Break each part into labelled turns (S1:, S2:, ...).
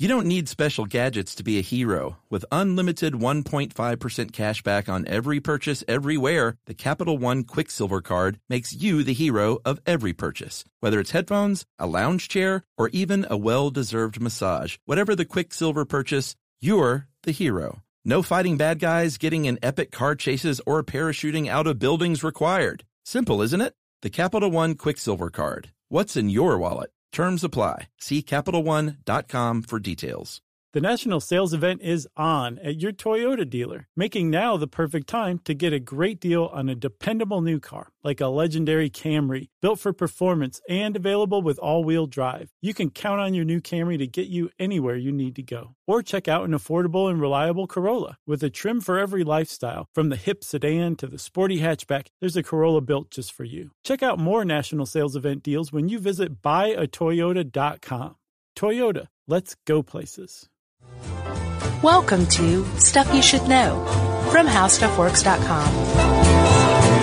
S1: You don't need special gadgets to be a hero. With unlimited 1.5% cashback on every purchase everywhere, the Capital One Quicksilver Card makes you the hero of every purchase. Whether it's headphones, a lounge chair, or even a well-deserved massage, whatever the Quicksilver purchase, you're the hero. No fighting bad guys, getting in epic car chases, or parachuting out of buildings required. Simple, isn't it? The Capital One Quicksilver Card. What's in your wallet? Terms apply. See CapitalOne.com for details.
S2: The national sales event is on at your Toyota dealer, making now the perfect time to get a great deal on a dependable new car like a legendary Camry, built for performance and available with all-wheel drive. You can count on your new Camry to get you anywhere you need to go. Or check out an affordable and reliable Corolla with a trim for every lifestyle, from the hip sedan to the sporty hatchback. There's a Corolla built just for you. Check out more national sales event deals when you visit buyatoyota.com. Toyota, let's go places.
S3: Welcome to Stuff You Should Know from HowStuffWorks.com.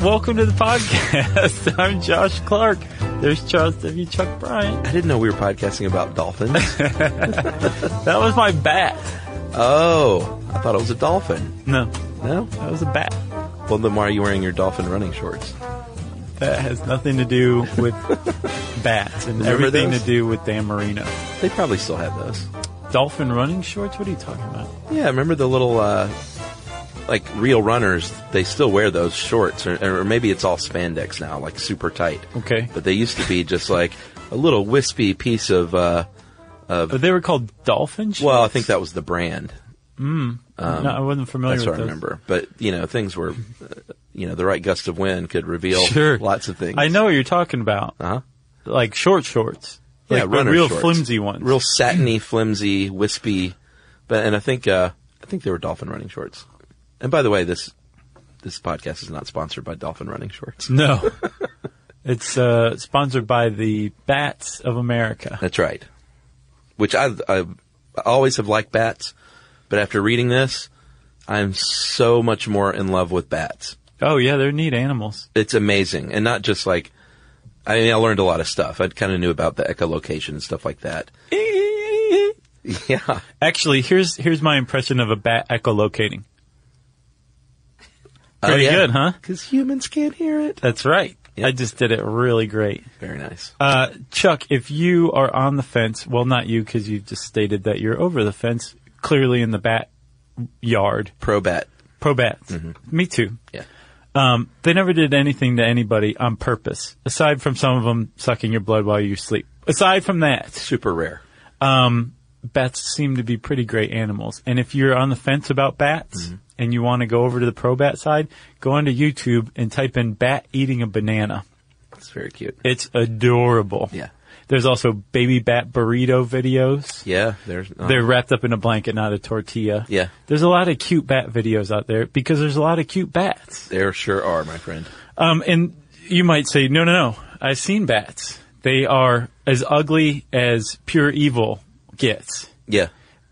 S2: Welcome to the podcast. I'm Josh Clark. There's Charles W. Chuck Bryant.
S1: I didn't know we were podcasting about dolphins.
S2: That was my bat.
S1: oh, I thought it was a dolphin.
S2: No,
S1: No?
S2: that was a bat.
S1: Well, then why are you wearing your dolphin running shorts?
S2: That has nothing to do with bats and
S1: Remember
S2: everything
S1: those?
S2: to do with Dan Marino.
S1: They probably still have those.
S2: Dolphin running shorts? What are you talking about?
S1: Yeah, remember the little, uh, like real runners, they still wear those shorts, or, or maybe it's all spandex now, like super tight.
S2: Okay.
S1: But they used to be just like a little wispy piece of, uh,
S2: But they were called dolphin shorts?
S1: well, I think that was the brand.
S2: no, I wasn't familiar
S1: That's
S2: with
S1: what I
S2: those.
S1: remember. But, you know, things were, uh, you know, the right gust of wind could reveal
S2: Sure.
S1: lots of things.
S2: I know what you're talking about.
S1: Uh-huh.
S2: Like short shorts.
S1: Yeah,
S2: like, but
S1: runner
S2: real
S1: shorts.
S2: flimsy ones.
S1: Real satiny, flimsy, wispy. But and I think uh, I think they were dolphin running shorts. And by the way, this this podcast is not sponsored by Dolphin Running Shorts.
S2: No. it's uh, sponsored by the Bats of America.
S1: That's right. Which I I always have liked bats, but after reading this, I'm so much more in love with bats.
S2: Oh, yeah, they're neat animals.
S1: It's amazing, and not just like. I mean, I learned a lot of stuff. I kind of knew about the echolocation and stuff like that. Oh, Yeah.
S2: Actually, here's here's my impression of a bat echolocating.
S1: Oh,
S2: Pretty
S1: yeah.
S2: good, huh?
S1: Because humans can't hear it.
S2: That's right.
S1: Yep.
S2: I just did it really great.
S1: Very nice.
S2: Uh, Chuck, if you are on the fence, well, not you, because you just stated that you're over the fence, clearly in the bat yard.
S1: Pro bat.
S2: Pro bats.
S1: Mm-hmm.
S2: Me too.
S1: Yeah.
S2: Um, they never did anything to anybody on purpose, aside from some of them sucking your blood while you sleep. Aside from that,
S1: Super rare.
S2: bats seem to be pretty great animals. And if you're on the fence about bats
S1: Mm-hmm.
S2: and you want to go over to the pro bat side, go onto YouTube and type in bat eating a banana.
S1: It's very cute.
S2: It's adorable.
S1: Yeah.
S2: There's also baby bat burrito videos.
S1: Yeah, there's. uh,
S2: They're wrapped up in a blanket, not a tortilla.
S1: Yeah.
S2: There's a lot of cute bat videos out there because there's a lot of cute bats.
S1: there sure are, my friend.
S2: Um, and you might say, no, no, no. I've seen bats. They are as ugly as pure evil gets.
S1: Yeah,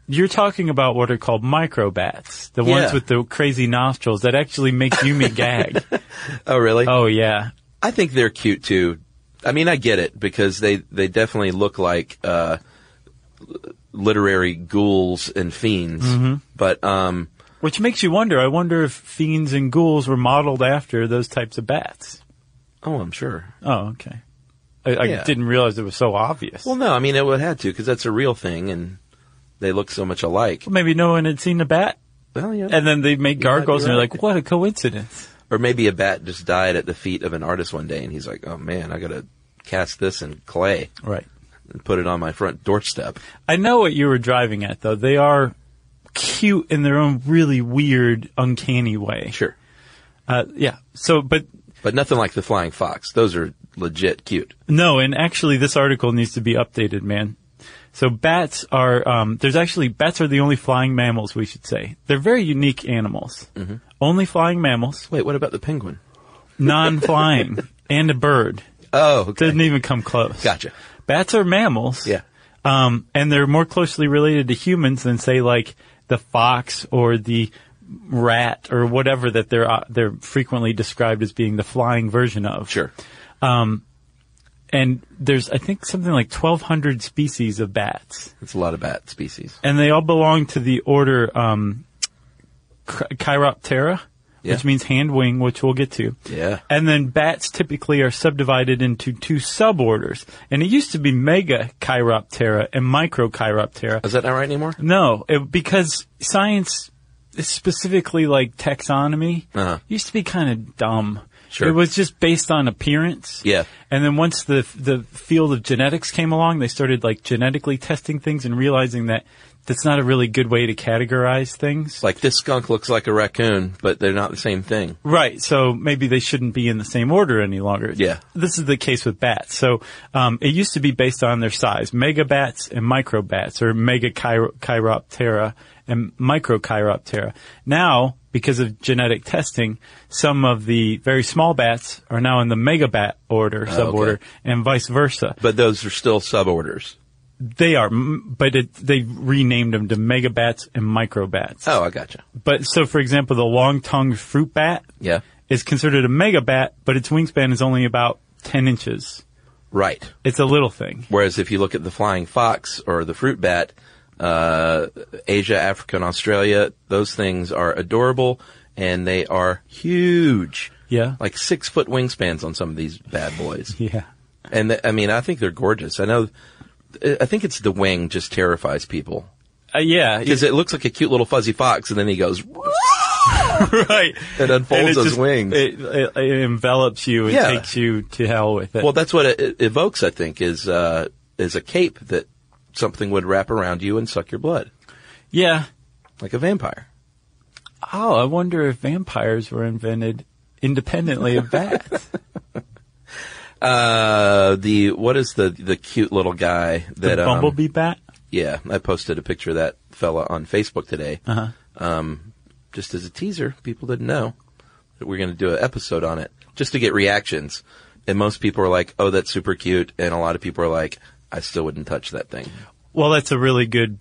S2: You're talking about what are called micro bats, the ones
S1: Yeah.
S2: with the crazy nostrils that actually make Yumi gag.
S1: Oh, really?
S2: Oh yeah.
S1: I think they're cute too. I mean, I get it because they they definitely look like uh, literary ghouls and fiends.
S2: Mm-hmm.
S1: But um,
S2: Which makes you wonder. I wonder if fiends and ghouls were modeled after those types of bats.
S1: oh, I'm sure.
S2: Oh, okay. I, I
S1: Yeah.
S2: didn't realize it was so obvious.
S1: Well,
S2: Well,
S1: no, I mean it would have to because that's a real thing, and they look so much alike.
S2: maybe no one had seen a bat,
S1: Well, yeah.
S2: and then they made
S1: You might be
S2: gargoyles, and they're
S1: right.
S2: like, "What a coincidence!"
S1: or maybe a bat just died at the feet of an artist one day, and he's like, "Oh man, I gotta cast this in clay
S2: Right.
S1: and put it on my front doorstep."
S2: I know what you were driving at, though. They are cute in their own really weird, uncanny way.
S1: Sure.
S2: Uh, yeah. So, but
S1: But nothing like the flying fox. Those are legit cute.
S2: No, and actually, this article needs to be updated, man. So bats are um, there's actually bats are the only flying mammals we should say. They're very unique animals.
S1: Mm-hmm.
S2: Only flying mammals,
S1: Wait, what about the penguin?
S2: non-flying, and a bird
S1: Oh,
S2: doesn't even come close.
S1: Gotcha.
S2: Bats are mammals.
S1: Yeah.
S2: Um, and they're more closely related to humans than say like the fox or the rat or whatever that they're uh, they're frequently described as being the flying version of.
S1: Sure.
S2: And there's I think something like 1,200 species of bats,
S1: It's a lot of bat species.
S2: and they all belong to the order um, Chi- Chiroptera,
S1: Yeah.
S2: which means hand wing, which we'll get to.
S1: Yeah.
S2: And then bats typically are subdivided into two suborders, and it used to be Mega Chiroptera and Micro Chiroptera.
S1: Is that not right anymore?
S2: No, it, because science, specifically like taxonomy,
S1: Uh-huh.
S2: used to be kind of dumb.
S1: Sure.
S2: It was just based on appearance.
S1: Yeah.
S2: And then once the the field of genetics came along, they started like genetically testing things and realizing that that's not a really good way to categorize things.
S1: Like this skunk looks like a raccoon, but they're not the same thing.
S2: Right. So maybe they shouldn't be in the same order any longer.
S1: Yeah.
S2: This is the case with bats. So um, it used to be based on their size: mega bats and micro bats, or mega chiro- chiroptera and micro chiroptera. Now, because of genetic testing, some of the very small bats are now in the mega bat order,
S1: Oh,
S2: suborder, and vice versa.
S1: But those are still suborders.
S2: They are, m- but it, they renamed them to mega bats and micro bats.
S1: Oh, I gotcha.
S2: But so, for example, the long-tongued fruit bat
S1: Yeah.
S2: is considered a mega bat, but its wingspan is only about 10 inches.
S1: Right.
S2: It's a little thing.
S1: Whereas if you look at the flying fox or the fruit bat, uh, Asia, Africa, and Australia, those things are adorable and they are huge.
S2: Yeah.
S1: Like six foot wingspans on some of these bad boys.
S2: Yeah.
S1: And th- I mean, I think they're gorgeous. I know, I think it's the wing just terrifies people.
S2: Uh, yeah.
S1: Because it looks like a cute little fuzzy fox and then he goes,
S2: right.
S1: It unfolds
S2: And
S1: those wings.
S2: It, it, it envelops you and
S1: Yeah.
S2: takes you to hell with it.
S1: Well, that's what it evokes, I think, is uh, is a cape that something would wrap around you and suck your blood,
S2: yeah.
S1: like a vampire.
S2: Oh, I wonder if vampires were invented independently of bats.
S1: Uh, the what is the the cute little guy that
S2: the
S1: um,
S2: bumblebee bat?
S1: yeah, I posted a picture of that fella on Facebook today.
S2: Uh-huh.
S1: Um, just as a teaser, people didn't know that we're going to do an episode on it, just to get reactions. And most people are like, "Oh, that's super cute," and a lot of people are like, "I still wouldn't touch that thing."
S2: Well, that's a really good,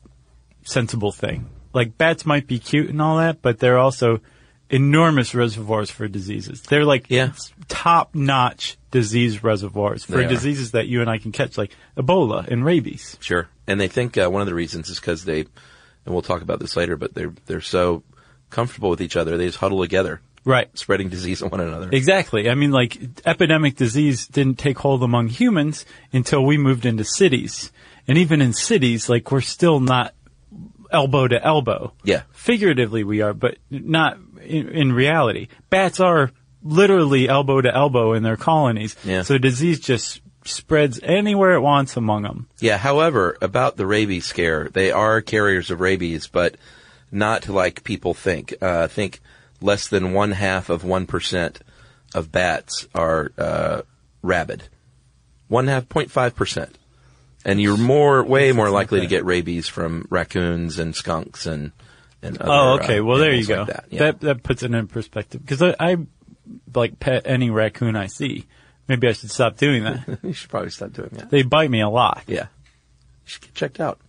S2: sensible thing. Like, bats might be cute and all that, but they're also enormous reservoirs for diseases. They're like
S1: Yeah.
S2: top notch disease reservoirs for
S1: They are.
S2: diseases that you and I can catch, like Ebola and rabies.
S1: Sure. And they think uh, one of the reasons is because they, and we'll talk about this later, but they're they're so comfortable with each other, they just huddle together,
S2: Right.
S1: spreading disease on one another.
S2: Exactly. I mean, like, epidemic disease didn't take hold among humans until we moved into cities. And even in cities, like, we're still not elbow to elbow.
S1: Yeah.
S2: Figuratively, we are, but not in, in reality. Bats are literally elbow to elbow in their colonies.
S1: Yeah.
S2: So disease just spreads anywhere it wants among them.
S1: Yeah. However, about the rabies scare, they are carriers of rabies, but not like people think. Uh, I think less than one half of one percent of bats are uh, rabid. One half, 05 percent. And you're more, way more likely to get rabies from raccoons and skunks and and other.
S2: Oh, okay.
S1: uh,
S2: Well, there you
S1: animals
S2: go.
S1: like that,
S2: that,
S1: yeah.
S2: that puts it in perspective because I, I like pet any raccoon I see. Maybe I should stop doing that.
S1: You should probably stop doing that.
S2: they bite me a lot.
S1: Yeah. You should get checked out.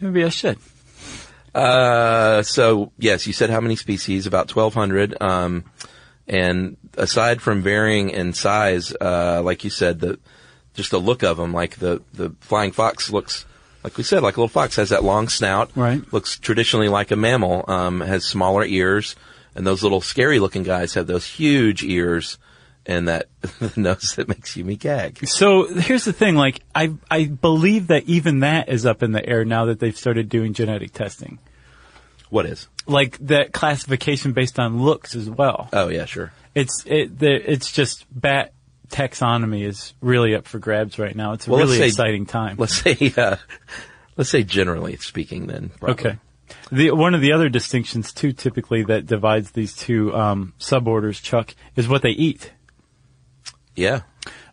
S2: Maybe I should.
S1: Uh, so, yes, you said how many species? About 1,200. Um, and aside from varying in size, uh, like you said, the just the look of them, like the, the flying fox looks, like we said, like a little fox, has that long snout.
S2: Right.
S1: Looks traditionally like a mammal, um, has smaller ears. And those little scary looking guys have those huge ears and that nose that makes you me gag.
S2: So here's the thing. Like, I, I believe that even that is up in the air now that they've started doing genetic testing.
S1: What is?
S2: Like that classification based on looks as well.
S1: Oh, yeah, sure.
S2: It's, it, the, it's just bat taxonomy is really up for grabs right now. It's a
S1: Well, let's
S2: really
S1: say-
S2: exciting time.
S1: let's say uh, let's say generally speaking then probably.
S2: Okay. The, one of the other distinctions too, typically that divides these two, um, suborders, Chuck, is what they eat.
S1: yeah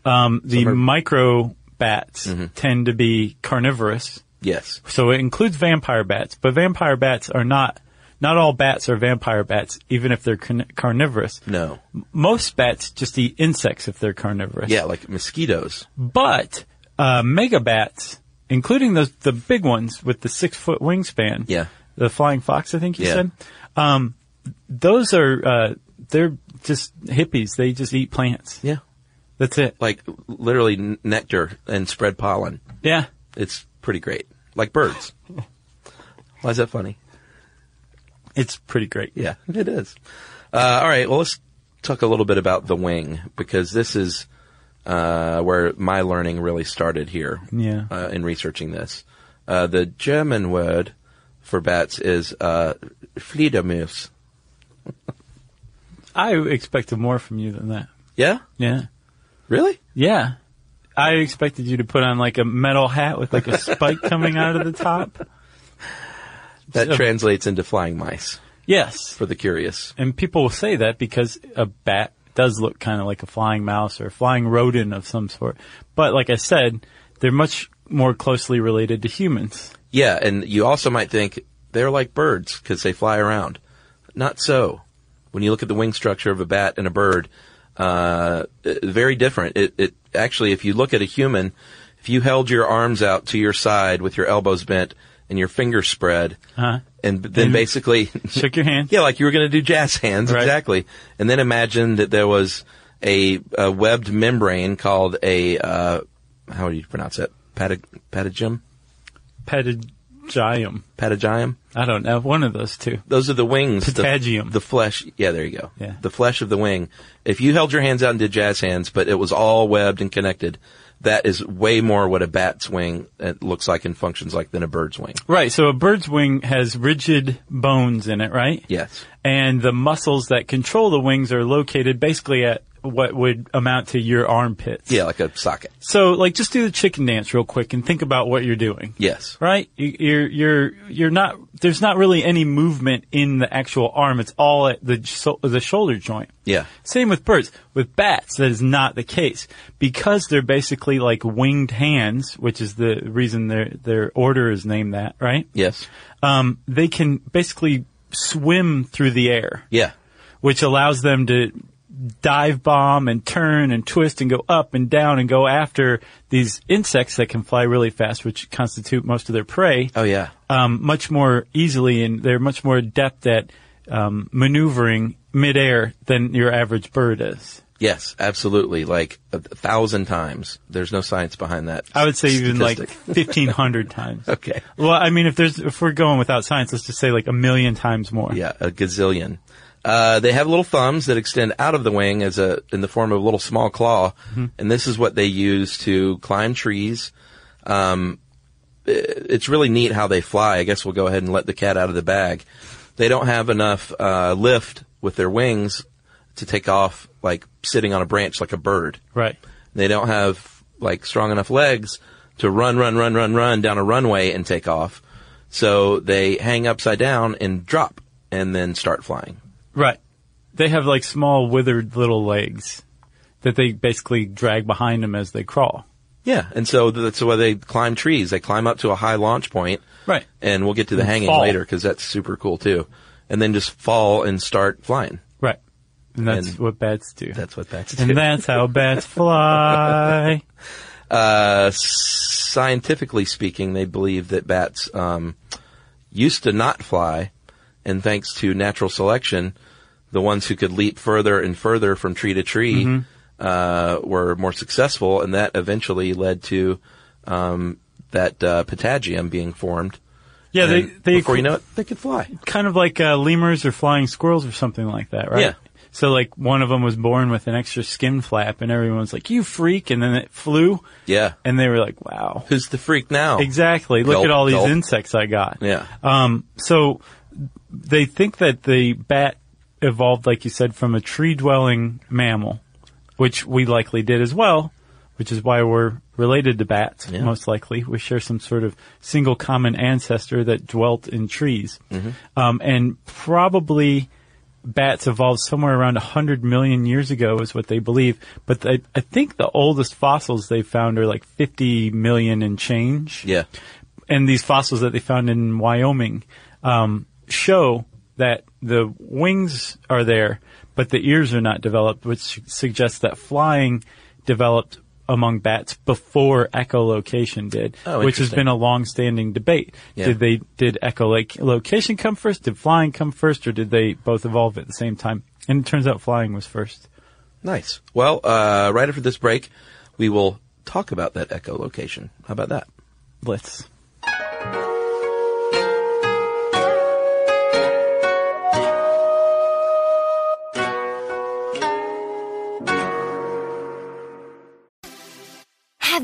S2: Um, the micro bats
S1: Mm-hmm.
S2: tend to be carnivorous.
S1: yes
S2: So it includes vampire bats, but vampire bats are not, not all bats are vampire bats, even if they're carn- carnivorous.
S1: no
S2: Most bats just eat insects if they're carnivorous.
S1: yeah like mosquitoes
S2: But, uh, mega bats, including those, the big ones with the six foot wingspan.
S1: Yeah.
S2: The flying fox, I think you
S1: Yeah.
S2: said. Um, those are uh, they're just hippies. They just eat plants.
S1: Yeah.
S2: That's it.
S1: Like literally n- nectar and spread pollen.
S2: Yeah.
S1: It's pretty great. Like birds. Why is that funny?
S2: It's pretty great.
S1: Yeah, it is. Uh, all right. Well, let's talk a little bit about the wing because this is uh, where my learning really started here.
S2: Yeah.
S1: Uh, in researching this, uh, the German word for bats is uh, Fledermaus.
S2: I expected more from you than that.
S1: Yeah.
S2: Yeah.
S1: Really?
S2: Yeah. I expected you to put on like a metal hat with like a spike coming out of the top.
S1: That
S2: So-
S1: translates into flying mice
S2: Yes.
S1: for the curious.
S2: And people will say that because a bat does look kind of like a flying mouse or a flying rodent of some sort. But like I said, they're much more closely related to humans.
S1: Yeah, and you also might think they're like birds because they fly around. Not so. When you look at the wing structure of a bat and a bird, uh, it- very different. It, it actually, if you look at a human, if you held your arms out to your side with your elbows bent and your fingers spread,
S2: Uh-huh.
S1: and b- then
S2: And-
S1: basically,
S2: Shook your hand.
S1: yeah, like you were going to do jazz hands
S2: Right.
S1: exactly, and then imagine that there was a, a webbed membrane called a uh, how do you pronounce it? Patag- patagium,
S2: Patagium.
S1: patagium.
S2: I don't know. One of those two.
S1: Those are the wings. the-
S2: Patagium.
S1: The, flesh. Yeah, there you go.
S2: Yeah.
S1: The flesh of the wing. If you held your hands out and did jazz hands, but it was all webbed and connected, that is way more what a bat's wing uh, looks like and functions like than a bird's wing.
S2: Right. So a bird's wing has rigid bones in it, right?
S1: Yes.
S2: And the muscles that control the wings are located basically at what would amount to your armpits.
S1: Yeah, like a socket.
S2: So like just do the chicken dance real quick and think about what you're doing.
S1: Yes.
S2: Right? You- You're, you're, you're not, there's not really any movement in the actual arm. It's all at the, so, the shoulder joint.
S1: Yeah.
S2: Same with birds. With bats, that is not the case because they're basically like winged hands, which is the reason their their order is named that, right?
S1: Yes.
S2: Um, they can basically swim through the air,
S1: Yeah.
S2: which allows them to dive bomb and turn and twist and go up and down and go after these insects that can fly really fast, which constitute most of their prey
S1: Oh yeah.
S2: um, much more easily and they're much more adept at um, maneuvering midair than your average bird is.
S1: Yes. Absolutely. Like a thousand times. There's no science behind that.
S2: I would say even like
S1: statistic.
S2: 1500 times.
S1: Okay.
S2: Well, I mean, if there's, if we're going without science, let's just say like a million times more.
S1: Yeah, a gazillion. Uh, they have little thumbs that extend out of the wing as a in the form of a little small claw, and this is what they use to climb trees. Um, i- it's really neat how they fly. I guess we'll go ahead and let the cat out of the bag. They don't have enough uh, lift with their wings to take off like sitting on a branch like a bird.
S2: Right.
S1: They don't have like strong enough legs to run, run, run, run, run down a runway and take off. So they hang upside down and drop and then start flying.
S2: Right. They have like small withered little legs that they basically drag behind them as they crawl.
S1: Yeah. And so that's why they climb trees. They climb up to a high launch point
S2: Right.
S1: and we'll get to the hanging
S2: fall.
S1: later because that's super cool too. And then just fall and start flying.
S2: Right. And that's
S1: And
S2: what bats do.
S1: That's what bats do.
S2: and that's how bats fly.
S1: uh, scientifically speaking, they believe that bats um, used to not fly, and thanks to natural selection, the ones who could leap further and further from tree to tree
S2: Mm-hmm.
S1: uh, were more successful, and that eventually led to um, that uh, patagium being formed.
S2: Yeah, they,
S1: And
S2: they
S1: before you know it, they could fly.
S2: kind of like uh, lemurs or flying squirrels or something like that, right?
S1: Yeah.
S2: So like one of them was born with an extra skin flap, and everyone's like, "You freak!" And then it flew,
S1: Yeah.
S2: and they were like, "Wow,
S1: Who's the freak now?
S2: exactly! Look
S1: Gulp,
S2: at all these
S1: gulp.
S2: insects I got."
S1: Yeah.
S2: Um. So they think that the bat evolved, like you said, from a tree-dwelling mammal, which we likely did as well, which is why we're related to bats.
S1: Yeah.
S2: Most likely, we share some sort of single common ancestor that dwelt in trees, um, and probably. Bats evolved somewhere around 100 million years ago is what they believe, but they, I think the oldest fossils they found are like 50 million and change
S1: Yeah.
S2: and these fossils that they found in Wyoming um, show that the wings are there, but the ears are not developed, which suggests that flying developed among bats before echolocation did,
S1: Oh,
S2: which has
S1: interesting.
S2: been a long-standing debate.
S1: Yeah.
S2: Did they did echolocation come first? Did flying come first, or did they both evolve at the same time? And it turns out flying was first.
S1: Nice. Well, uh, right after this break, we will talk about that echolocation. How about that?
S2: Let's.
S4: Have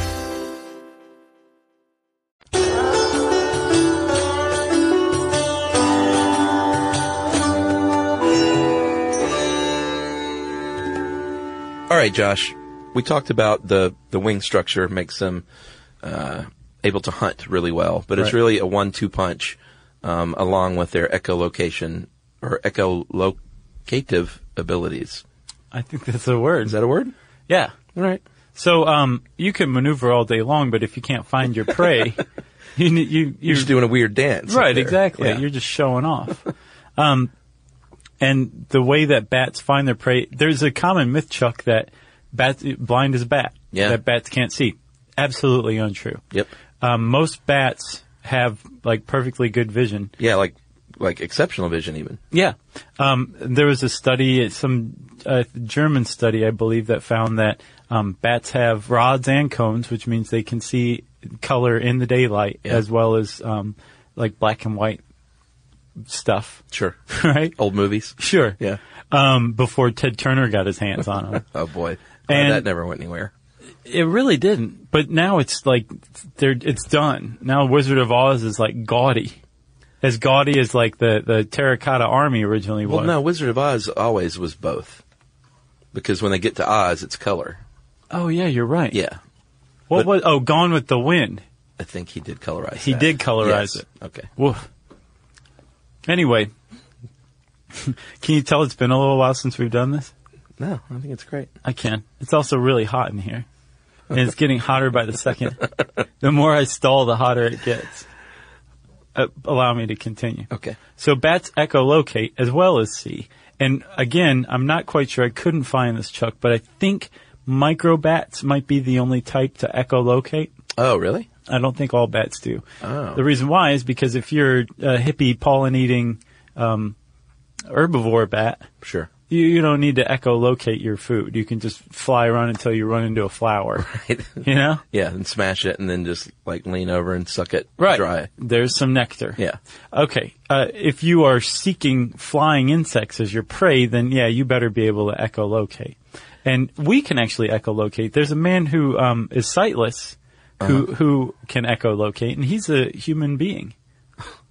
S1: All right, Josh. We talked about the the wing structure makes them uh, able to hunt really well, but it's
S2: Right.
S1: really a one-two punch um, along with their echolocation or echolocative abilities.
S2: I think that's a word.
S1: Is that a word?
S2: yeah.
S1: All right.
S2: So um, you can maneuver all day long, but if you can't find your prey, you, ne- you,
S1: You're just doing a weird dance. up
S2: Right,
S1: there.
S2: exactly.
S1: Yeah.
S2: You're just showing off. um, and the way that bats find their prey, there's a common myth, Chuck, that bats blind as a bat.
S1: Yeah.
S2: That bats can't see. Absolutely untrue.
S1: Yep.
S2: Um, most bats have like perfectly good vision.
S1: Yeah, like like exceptional vision even.
S2: Yeah. Um, there was a study, some uh, German study, I believe, that found that um, bats have rods and cones, which means they can see color in the daylight
S1: Yeah.
S2: as well as um, like black and white stuff,
S1: Sure.
S2: right?
S1: Old movies.
S2: Sure.
S1: Yeah.
S2: Um, before Ted Turner got his hands on them.
S1: Oh boy.
S2: And-
S1: uh, that never went anywhere.
S2: it really didn't. But now it's like, they're, it's done. Now Wizard of Oz is like gaudy. As gaudy as like the, the terracotta army originally
S1: Well,
S2: was.
S1: no, Wizard of Oz always was both. Because when they get to Oz, it's color.
S2: Oh yeah, you're right.
S1: Yeah.
S2: What
S1: But-
S2: was? Oh, Gone with the Wind.
S1: I think he did colorize
S2: He
S1: that.
S2: did
S1: Yes.
S2: colorize it.
S1: Okay.
S2: Woof. Anyway, can you tell it's been a little while since we've done this?
S1: No, I think it's great.
S2: I can. It's also really hot in here, and it's getting hotter by the second. the more I stall, the hotter it gets. Uh, allow me to continue.
S1: Okay.
S2: So bats echolocate as well as see. And again, I'm not quite sure. I couldn't find this, Chuck, but I think microbats might be the only type to echolocate.
S1: Oh, really?
S2: I don't think all bats do.
S1: Oh.
S2: The reason why is because if you're a hippie pollen eating um, herbivore bat,
S1: Sure.
S2: you, you don't need to echolocate your food. You can just fly around until you run into a flower. You know?
S1: yeah, and smash it and then just like lean over and suck it dry.
S2: There's some nectar.
S1: Yeah.
S2: Okay. Uh, if you are seeking flying insects as your prey, then yeah, you better be able to echolocate. And we can actually echolocate. There's a man who um,
S1: Uh-huh.
S2: is sightless who who can echolocate, and he's a human being.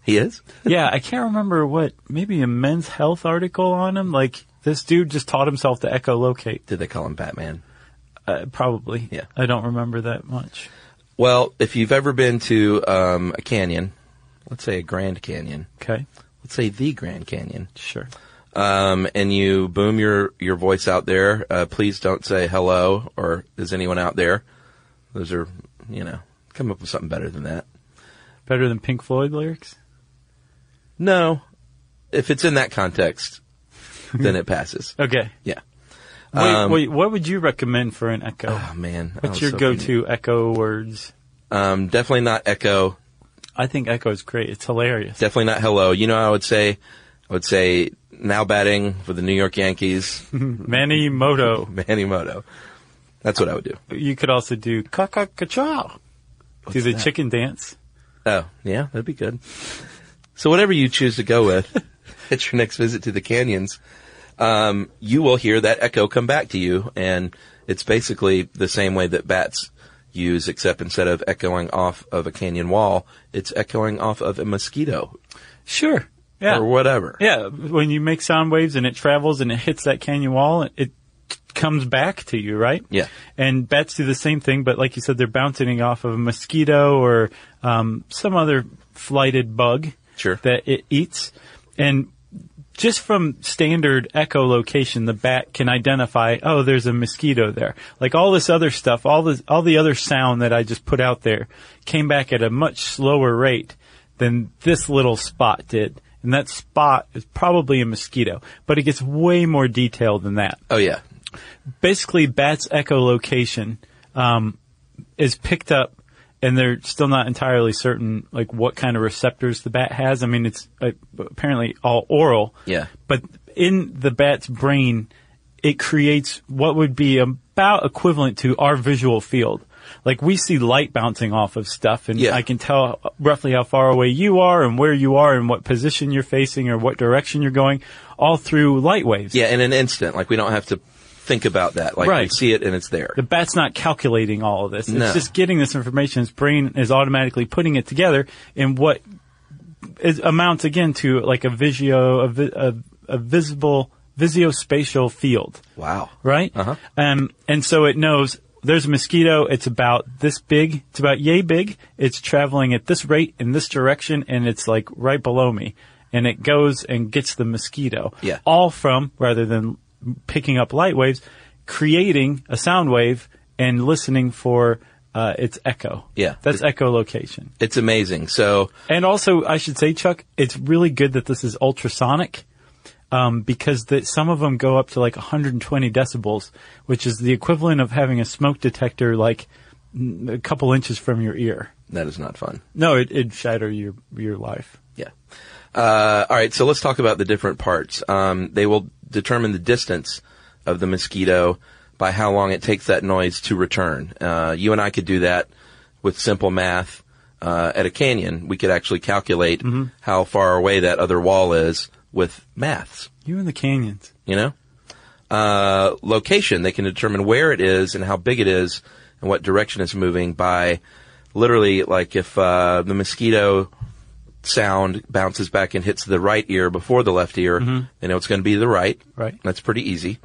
S1: He is?
S2: yeah, I can't remember what, maybe a men's health article on him. Like, this dude just taught himself to echolocate,
S1: Did they call him Batman?
S2: uh, probably.
S1: Yeah.
S2: I don't remember that much.
S1: Well, if you've ever been to um, a canyon, let's say a Grand Canyon,
S2: Okay.
S1: let's say the Grand Canyon,
S2: Sure.
S1: um, and you boom your, your voice out there, uh, please don't say hello or is anyone out there. Those are, you know, come up with something better than that.
S2: Better than Pink Floyd lyrics?
S1: No. If it's in that context, then it passes.
S2: Okay.
S1: Yeah.
S2: Wait,
S1: Um,
S2: wait, what would you recommend for an echo?
S1: Oh, man. I was
S2: What's your
S1: hoping-
S2: go-to echo words?
S1: Um, definitely not echo.
S2: I think echo is great. It's hilarious.
S1: Definitely not hello. You know, I would say, I would say now batting for the New York Yankees,
S2: Manny Moto.
S1: Manny Moto. That's what I would do.
S2: You could also do ka ka ka chow. Do the
S1: that?
S2: chicken dance.
S1: Oh, yeah, that'd be good. So whatever you choose to go with at your next visit to the canyons, um, you will hear that echo come back to you. And it's basically the same way that bats use, except instead of echoing off of a canyon wall, it's echoing off of a mosquito
S2: Sure. Yeah.
S1: or whatever.
S2: Yeah. When you make sound waves and it travels and it hits that canyon wall, it comes back to you, right?
S1: Yeah.
S2: And bats do the same thing, but like you said, they're bouncing off of a mosquito or um, some other flighted bug
S1: Sure.
S2: that it eats. And just from standard echolocation, the bat can identify, oh, there's a mosquito there. Like all this other stuff, all the all the other sound that I just put out there came back at a much slower rate than this little spot did. And that spot is probably a mosquito, but it gets way more detailed than that
S1: Oh yeah.
S2: basically bats echolocation um, is picked up and they're still not entirely certain like what kind of receptors the bat has i mean it's uh, apparently all oral
S1: Yeah.
S2: but in the bat's brain it creates what would be about equivalent to our visual field like we see light bouncing off of stuff and
S1: Yeah.
S2: i can tell roughly how far away you are and where you are and what position you're facing or what direction you're going all through light waves
S1: Yeah. In an instant, like we don't have to think about that. Like we
S2: Right.
S1: see it and it's there.
S2: the bat's not calculating all of this. It's
S1: No.
S2: just getting this information. His brain is automatically putting it together in what is, amounts again to like a visio, a, vi- a, a visible visuospatial field,
S1: wow.
S2: right?
S1: Uh-huh.
S2: Um, and so it knows there's a mosquito. It's about this big. It's about yay big. It's traveling at this rate in this direction, and it's like right below me. And it goes and gets the mosquito.
S1: Yeah.
S2: All from rather than picking up light waves, creating a sound wave and listening for uh, its echo.
S1: Yeah.
S2: That's echolocation.
S1: It's amazing. So
S2: And also, I should say, Chuck, it's really good that this is ultrasonic. Um, because the, some of them go up to like 120 decibels, which is the equivalent of having a smoke detector like n- a couple inches from your ear.
S1: that is not fun.
S2: No, it, it'd shatter your, your life.
S1: Yeah. Uh, all right. So let's talk about the different parts. Um, they will determine the distance of the mosquito by how long it takes that noise to return. Uh, you and I could do that with simple math. Uh, at a canyon, we could actually calculate how far away that other wall is with maths.
S2: You in the canyons.
S1: you know uh, location they can determine where it is and how big it is and what direction it's moving by literally like if uh, the mosquito sound bounces back and hits the right ear before the left ear they know it's going to be the right
S2: Mm-hmm. Right.
S1: that's pretty easy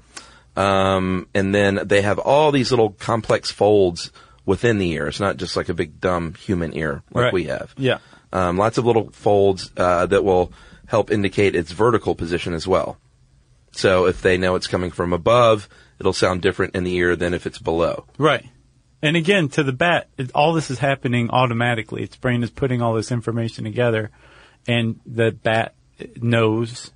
S1: um, and then they have all these little complex folds within the ear it's not just like a big dumb human ear like
S2: Right.
S1: we have
S2: Yeah.
S1: um, lots of little folds uh, that will help indicate its vertical position as well. So if they know it's coming from above, it'll sound different in the ear than if it's below.
S2: Right. And again, to the bat, it, all this is happening automatically. Its brain is putting all this information together, and the bat knows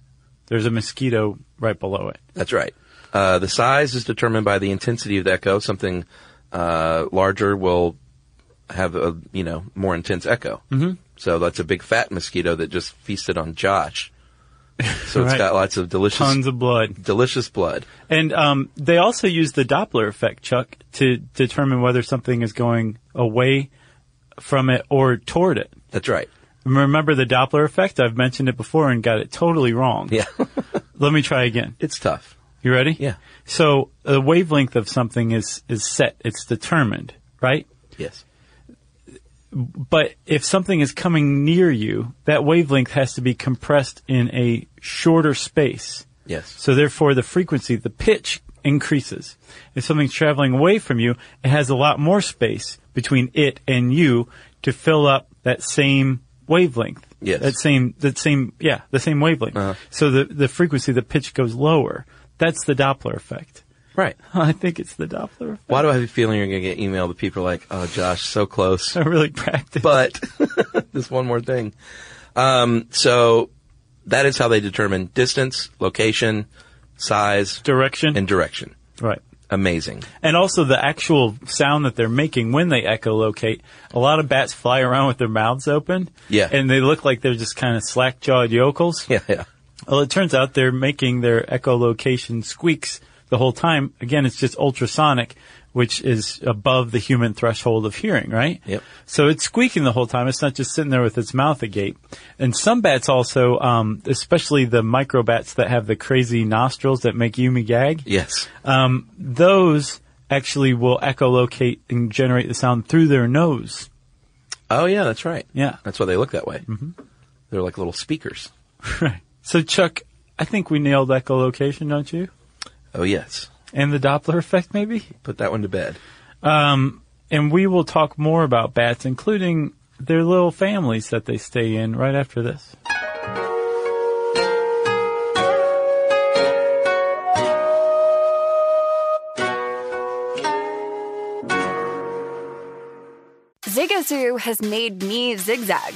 S2: there's a mosquito right below it.
S1: That's right. Uh, the size is determined by the intensity of the echo. Something uh, larger will have a you know more intense echo. Mm-hmm. So that's a big fat mosquito that just feasted on Josh. So it's
S2: Right.
S1: got lots of delicious,
S2: Tons of blood.
S1: delicious blood.
S2: And um, they also use the Doppler effect, Chuck, to determine whether something is going away from it or toward it.
S1: That's right.
S2: Remember the Doppler effect? I've mentioned it before and got it totally wrong.
S1: Yeah,
S2: Let me try again.
S1: it's tough.
S2: You ready?
S1: Yeah.
S2: So the wavelength of something is is set. It's determined, right?
S1: Yes.
S2: But if something is coming near you, that wavelength has to be compressed in a shorter space.
S1: Yes.
S2: So therefore, the frequency, the pitch increases. If something's traveling away from you, it has a lot more space between it and you to fill up that same wavelength.
S1: Yes. Uh-huh.
S2: That same, that same, yeah, the same wavelength. So the, the frequency, the pitch goes lower. That's the Doppler effect.
S1: Right.
S2: I think it's the Doppler effect.
S1: Why do I have a feeling you're going to get email that people are like, oh, Josh, so close.
S2: I really practice.
S1: but there's one more thing. Um, so that is how they determine distance, location, size,
S2: Direction.
S1: and direction.
S2: right.
S1: Amazing.
S2: And also the actual sound that they're making when they echolocate. A lot of bats fly around with their mouths open.
S1: Yeah.
S2: And they look like they're just kind of slack jawed yokels.
S1: Yeah, yeah.
S2: Well, it turns out they're making their echolocation squeaks the whole time. Again, it's just ultrasonic, which is above the human threshold of hearing, right?
S1: Yep.
S2: So it's squeaking the whole time. It's not just sitting there with its mouth agape. And some bats also, um, especially the microbats that have the crazy nostrils that make you me gag
S1: Yes.
S2: um, those actually will echolocate and generate the sound through their nose.
S1: Oh, yeah, that's right.
S2: Yeah.
S1: That's why they look that way. Mm-hmm. They're like little speakers.
S2: Right. So, Chuck, I think we nailed echolocation, don't you?
S1: Oh, yes.
S2: And the Doppler effect, maybe? Um,
S1: Put that one to bed.
S2: And we will talk more about bats, including their little families that they stay in, right after this.
S5: Zigazoo has made me zigzag.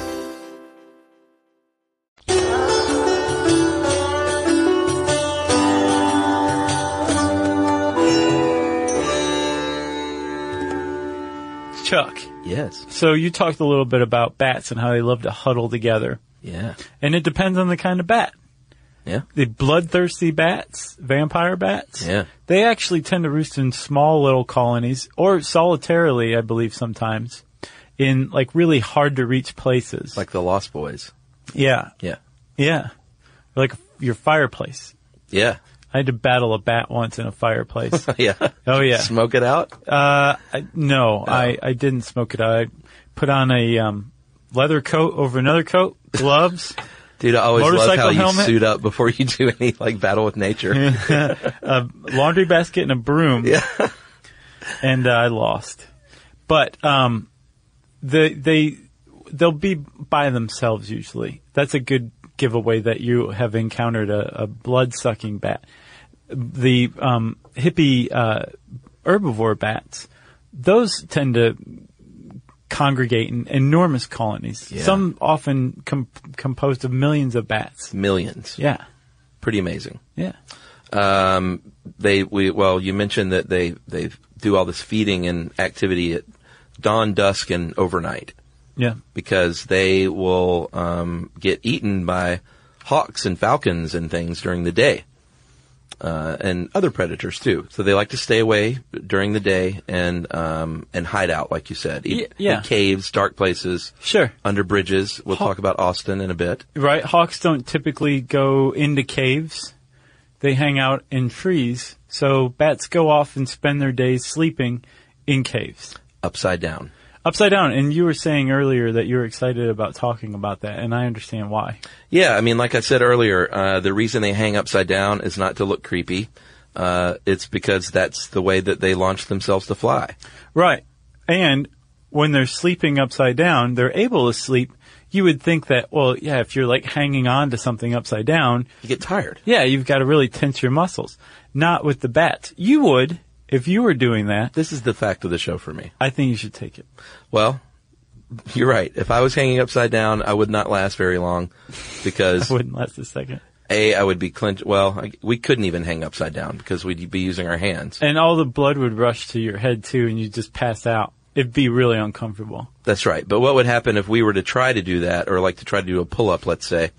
S2: Chuck,
S1: Yes.
S2: so you talked a little bit about bats and how they love to huddle together.
S1: Yeah.
S2: And it depends on the kind of bat.
S1: Yeah.
S2: The bloodthirsty bats, vampire bats,
S1: Yeah.
S2: they actually tend to roost in small little colonies or solitarily, I believe sometimes, in like really hard to reach places.
S1: Like the Lost Boys.
S2: yeah.
S1: Yeah.
S2: Yeah. Like your fireplace.
S1: Yeah.
S2: I had to battle a bat once in a fireplace.
S1: Yeah.
S2: oh yeah.
S1: Smoke it out.
S2: Uh, I, no, I, I didn't smoke it. I put on a, um, leather coat over another coat, gloves,
S1: Dude, I always love
S2: Motorcycle
S1: how you
S2: helmet?
S1: suit up before you do any like battle with nature.
S2: laundry basket and a broom.
S1: Yeah.
S2: and uh, I lost. But, um, the, they, they'll be by themselves usually. That's a good giveaway that you have encountered a, a blood sucking bat. the um, hippie uh, herbivore bats, those tend to congregate in enormous colonies,
S1: Yeah.
S2: some often com- composed of millions of bats.
S1: Millions.
S2: Yeah.
S1: Pretty amazing.
S2: Yeah.
S1: Um, they we well, you mentioned that they they do all this feeding and activity at dawn, dusk, and overnight
S2: Yeah.
S1: because they will um, get eaten by hawks and falcons and things during the day. Uh, and other predators too. So they like to stay away during the day and um, and hide out, like you said,
S2: Y- yeah.
S1: in caves, dark places,
S2: Sure.
S1: under bridges. We'll
S2: Haw-
S1: talk about Austin in a bit.
S2: Right. Hawks don't typically go into caves. They hang out in trees. So bats go off and spend their days sleeping in caves.
S1: Upside down.
S2: Upside down. And you were saying earlier that you were excited about talking about that, and I understand why.
S1: Yeah, I mean, like I said earlier, uh, the reason they hang upside down is not to look creepy. Uh, it's because that's the way that they launch themselves to fly.
S2: Right. And when they're sleeping upside down, they're able to sleep. You would think that, well, yeah, if you're like hanging on to something upside down,
S1: You get tired.
S2: yeah, you've got to really tense your muscles. Not with the bats. You would if you were doing that.
S1: This is the fact of the show for me.
S2: I think you should take it.
S1: Well, you're right. If I was hanging upside down, I would not last very long because
S2: I wouldn't last a second.
S1: A, I would be clenched. Well, I, we couldn't even hang upside down because we'd be using our hands.
S2: And all the blood would rush to your head too, and you'd just pass out. It'd be really uncomfortable.
S1: That's right. But what would happen if we were to try to do that, or like to try to do a pull up, let's say,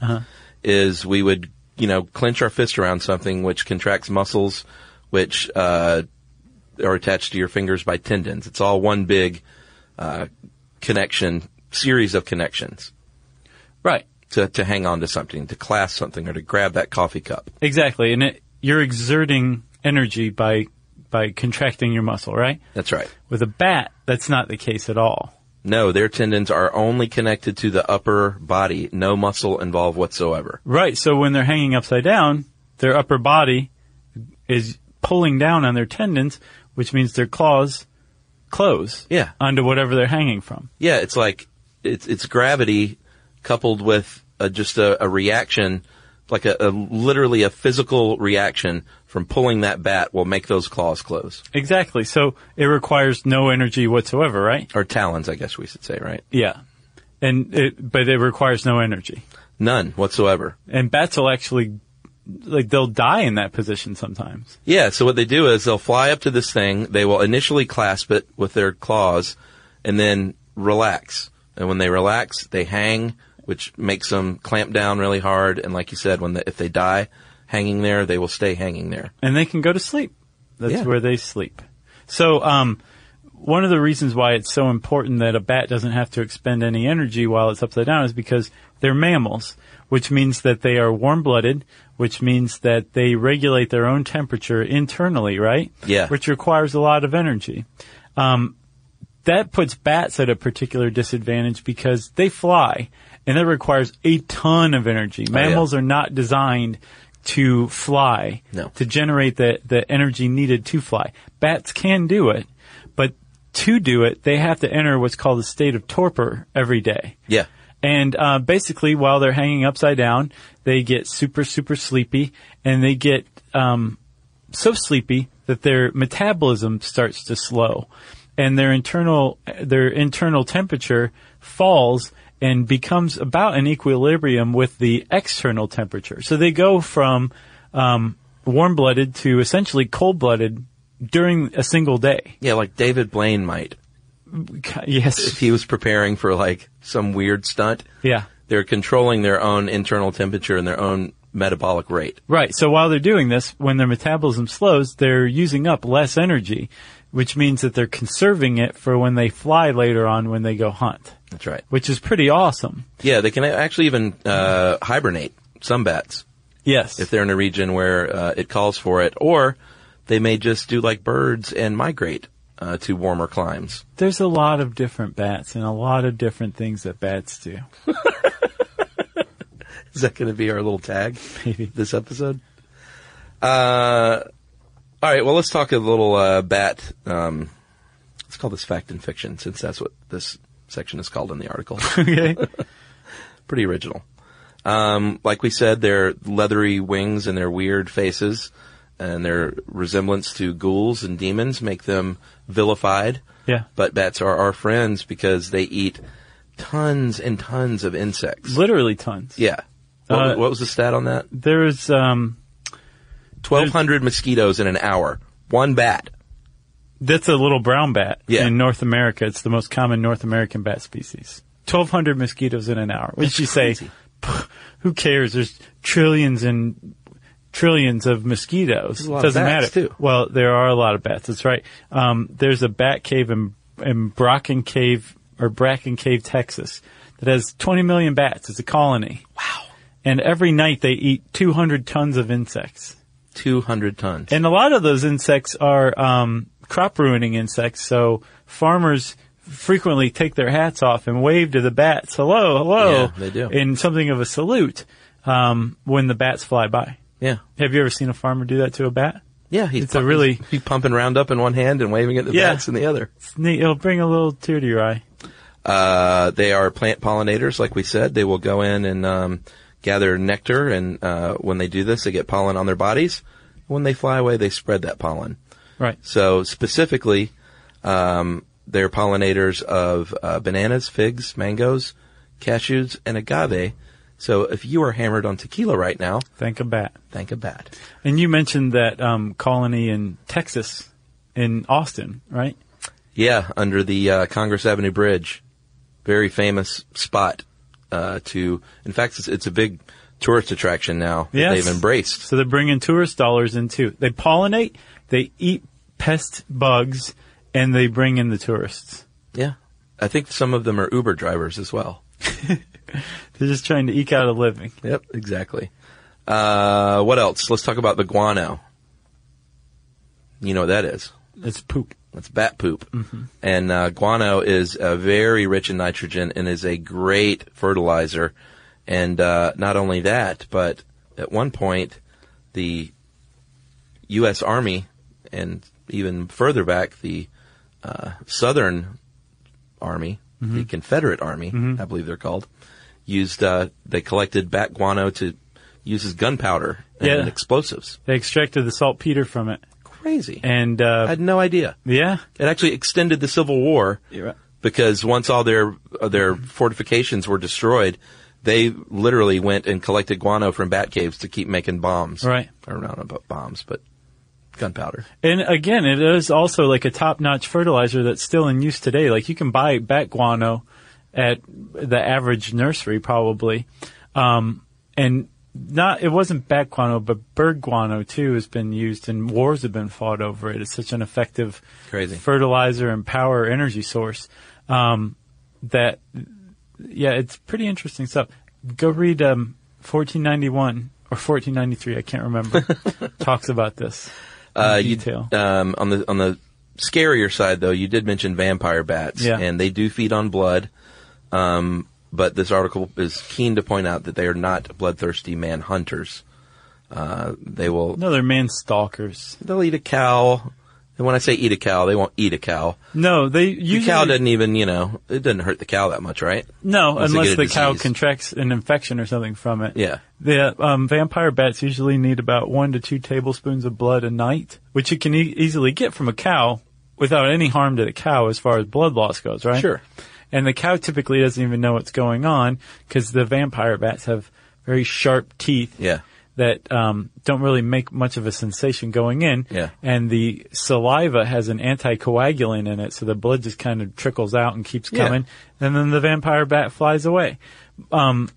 S1: is we would, you know, clench our fist around something which contracts muscles, which uh, are attached to your fingers by tendons. It's all one big uh, connection, series of connections
S2: Right.
S1: to, to hang on to something, to clasp something, or to grab that coffee cup.
S2: Exactly. And it, you're exerting energy by, by contracting your muscle, right?
S1: That's right.
S2: With a bat, that's not the case at all.
S1: No, their tendons are only connected to the upper body, no muscle involved whatsoever.
S2: Right. So when they're hanging upside down, their upper body is pulling down on their tendons, which means their claws close
S1: Yeah.
S2: onto whatever they're hanging from.
S1: Yeah, it's like it's it's gravity coupled with a, just a, a reaction, like a, a literally a physical reaction from pulling that bat will make those claws close
S2: Exactly. So it requires no energy whatsoever, right?
S1: or talons, I guess we should say, right?
S2: Yeah. And it, but it requires no energy.
S1: None whatsoever.
S2: And bats will actually, like, they'll die in that position sometimes.
S1: Yeah, so what they do is they'll fly up to this thing, they will initially clasp it with their claws and then relax. And when they relax, they hang, which makes them clamp down really hard and like you said, when the, if they die hanging there, they will stay hanging there.
S2: And they can go to sleep. That's
S1: Yeah.
S2: where they sleep. So, um, one of the reasons why it's so important that a bat doesn't have to expend any energy while it's upside down is because they're mammals, which means that they are warm-blooded, which means that they regulate their own temperature internally, right?
S1: Yeah.
S2: Which requires a lot of energy. Um, that puts bats at a particular disadvantage because they fly, and that requires a ton of energy.
S1: Oh,
S2: Mammals are not designed to fly
S1: No.
S2: to generate the, the energy needed to fly. Bats can do it, but to do it, they have to enter what's called a state of torpor every day.
S1: Yeah.
S2: And uh, basically, while they're hanging upside down, they get super, super sleepy, and they get um, so sleepy that their metabolism starts to slow, and their internal their internal temperature falls and becomes about an equilibrium with the external temperature. So they go from um, warm blooded to essentially cold blooded during a single day.
S1: Yeah, like David Blaine might. if
S2: Yes.
S1: he was preparing for like some weird stunt.
S2: Yeah.
S1: They're controlling their own internal temperature and their own metabolic rate.
S2: Right. So while they're doing this, when their metabolism slows, they're using up less energy, which means that they're conserving it for when they fly later on when they go hunt,
S1: That's right.
S2: which is pretty awesome.
S1: Yeah, they can actually even uh, hibernate some bats
S2: Yes.
S1: if they're in a region where uh, it calls for it, or they may just do like birds and migrate uh, to warmer climes.
S2: There's a lot of different bats and a lot of different things that bats do.
S1: Is that going to be our little tag
S2: Maybe.
S1: this episode? Uh, all right. Well, let's talk a little uh, bat. Um, let's call this fact and fiction, since that's what this section is called in the article.
S2: okay.
S1: pretty original. Um, like we said, their leathery wings and their weird faces and their resemblance to ghouls and demons make them vilified.
S2: Yeah.
S1: But bats are our friends because they eat tons and tons of insects.
S2: Literally tons.
S1: Yeah. What,
S2: Uh,
S1: what was the stat on that?
S2: There is um,
S1: 1,200 mosquitoes in an hour. One bat.
S2: That's a little brown bat
S1: Yeah.
S2: in North America. It's the most common North American bat species. 1,200 mosquitoes in an hour. Which you say,
S1: crazy.
S2: "Pff, who cares? There's trillions and trillions of mosquitoes.
S1: a lot of
S2: Doesn't
S1: bats,
S2: matter.
S1: too.
S2: Well, there are a lot of bats. That's right. Um, there's a bat cave in, in Bracken Cave or Bracken Cave, Texas that has 20 million bats. It's a colony. Wow. And every night they eat 200 tons of insects.
S1: 200 tons.
S2: And a lot of those insects are um, crop ruining insects. So farmers frequently take their hats off and wave to the bats, hello, hello,
S1: Yeah, they do.
S2: in something of a salute um, when the bats fly by.
S1: yeah.
S2: Have you ever seen a farmer do that to a bat?
S1: Yeah. He's
S2: It's a really-
S1: he's, he's pumping Roundup in one hand and waving at the
S2: Yeah.
S1: bats in the other.
S2: It's neat. It'll bring a little tear to your eye.
S1: Uh, they are plant pollinators, like we said. They will go in and um, gather nectar, and uh, when they do this, they get pollen on their bodies. When they fly away, they spread that pollen.
S2: Right.
S1: So specifically, um, they're pollinators of uh, bananas, figs, mangoes, cashews, and agave. So if you are hammered on tequila right now,
S2: Thank a bat.
S1: thank a bat.
S2: And you mentioned that um, colony in Texas, in Austin, right?
S1: Yeah, under the uh, Congress Avenue Bridge, very famous spot. Uh, to in fact, it's, it's a big tourist attraction now that
S2: Yes.
S1: they've embraced.
S2: So they're bringing tourist dollars in too. They pollinate, they eat pest bugs, and they bring in the tourists.
S1: Yeah, I think some of them are Uber drivers as well.
S2: They're just trying to eke out a living.
S1: Yep, exactly. Uh, what else? Let's talk about the guano. You know what that is?
S2: It's poop.
S1: That's bat poop.
S2: Mm-hmm.
S1: And uh, guano is uh, very rich in nitrogen and is a great fertilizer. And uh, not only that, but at one point, the U.S. Army and even further back, the uh, Southern Army,
S2: Mm-hmm.
S1: the Confederate Army, I believe they're called, used uh, they collected bat guano to use as gunpowder and
S2: Yeah.
S1: explosives.
S2: They extracted the saltpeter from it,
S1: Crazy.
S2: and
S1: I
S2: uh,
S1: had no idea.
S2: yeah,
S1: It actually extended the Civil War
S2: You're right.
S1: because once all their uh, their fortifications were destroyed, they literally went and collected guano from bat caves to keep making bombs.
S2: Right.
S1: Or not about bombs, but gunpowder.
S2: and again, it is also like a top-notch fertilizer that's still in use today. Like you can buy bat guano at the average nursery probably, um, and not it wasn't bat guano, but bird guano too has been used, and wars have been fought over it. It's such an effective
S1: Crazy.
S2: fertilizer and power energy source um, that yeah, it's pretty interesting stuff. Go read um, 1491 or 1493, I can't remember, talks about this. in
S1: Uh, you,
S2: detail.
S1: um, on the on the scarier side, though, you did mention vampire bats,
S2: Yeah.
S1: and they do feed on blood. Um, but this article is keen to point out that they are not bloodthirsty man hunters. Uh, they will
S2: no, they're man stalkers.
S1: they'll eat a cow. And when I say eat a cow, they won't eat a cow.
S2: No, they usually
S1: the cow doesn't even, you know, it doesn't hurt the cow that much, right?
S2: No,
S1: Unless they
S2: unless
S1: get a
S2: the cow
S1: disease.
S2: contracts an infection or something from it.
S1: Yeah.
S2: The um, vampire bats usually need about one to two tablespoons of blood a night, which you can e- easily get from a cow without any harm to the cow as far as blood loss goes, right?
S1: Sure.
S2: And the cow typically doesn't even know what's going on because the vampire bats have very sharp teeth
S1: Yeah.
S2: that um, don't really make much of a sensation going in.
S1: Yeah.
S2: And the saliva has an anticoagulant in it, so the blood just kind of trickles out and keeps
S1: Yeah.
S2: coming. And then the vampire bat flies away. Um,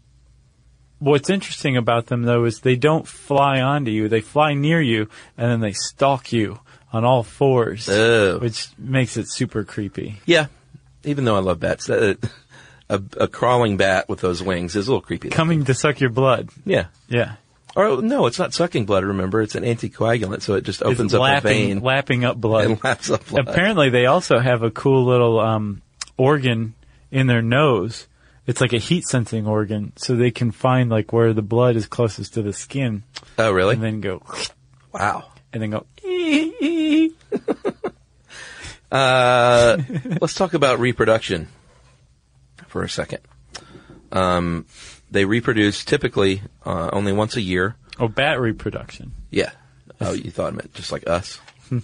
S2: what's interesting about them, though, is they don't fly onto you. They fly near you, and then they stalk you on all fours,
S1: Oh.
S2: which makes it super creepy.
S1: Yeah. Even though I love bats, that, a, a crawling bat with those wings is a little creepy.
S2: Coming to suck your blood.
S1: yeah.
S2: Yeah.
S1: Or no, it's not sucking blood. Remember, it's an anticoagulant, so it just opens
S2: It's
S1: up
S2: lapping,
S1: a vein
S2: lapping up blood.
S1: and laps up blood.
S2: Apparently, they also have a cool little um, organ in their nose. It's like a heat sensing organ, so they can find like where the blood is closest to the skin,
S1: oh, really?
S2: and then go
S1: wow.
S2: and then go.
S1: Uh, let's talk about reproduction for a second. Um, they reproduce typically uh, only once a year.
S2: Oh, bat reproduction.
S1: Yeah. Oh, you thought it meant just like us.
S2: I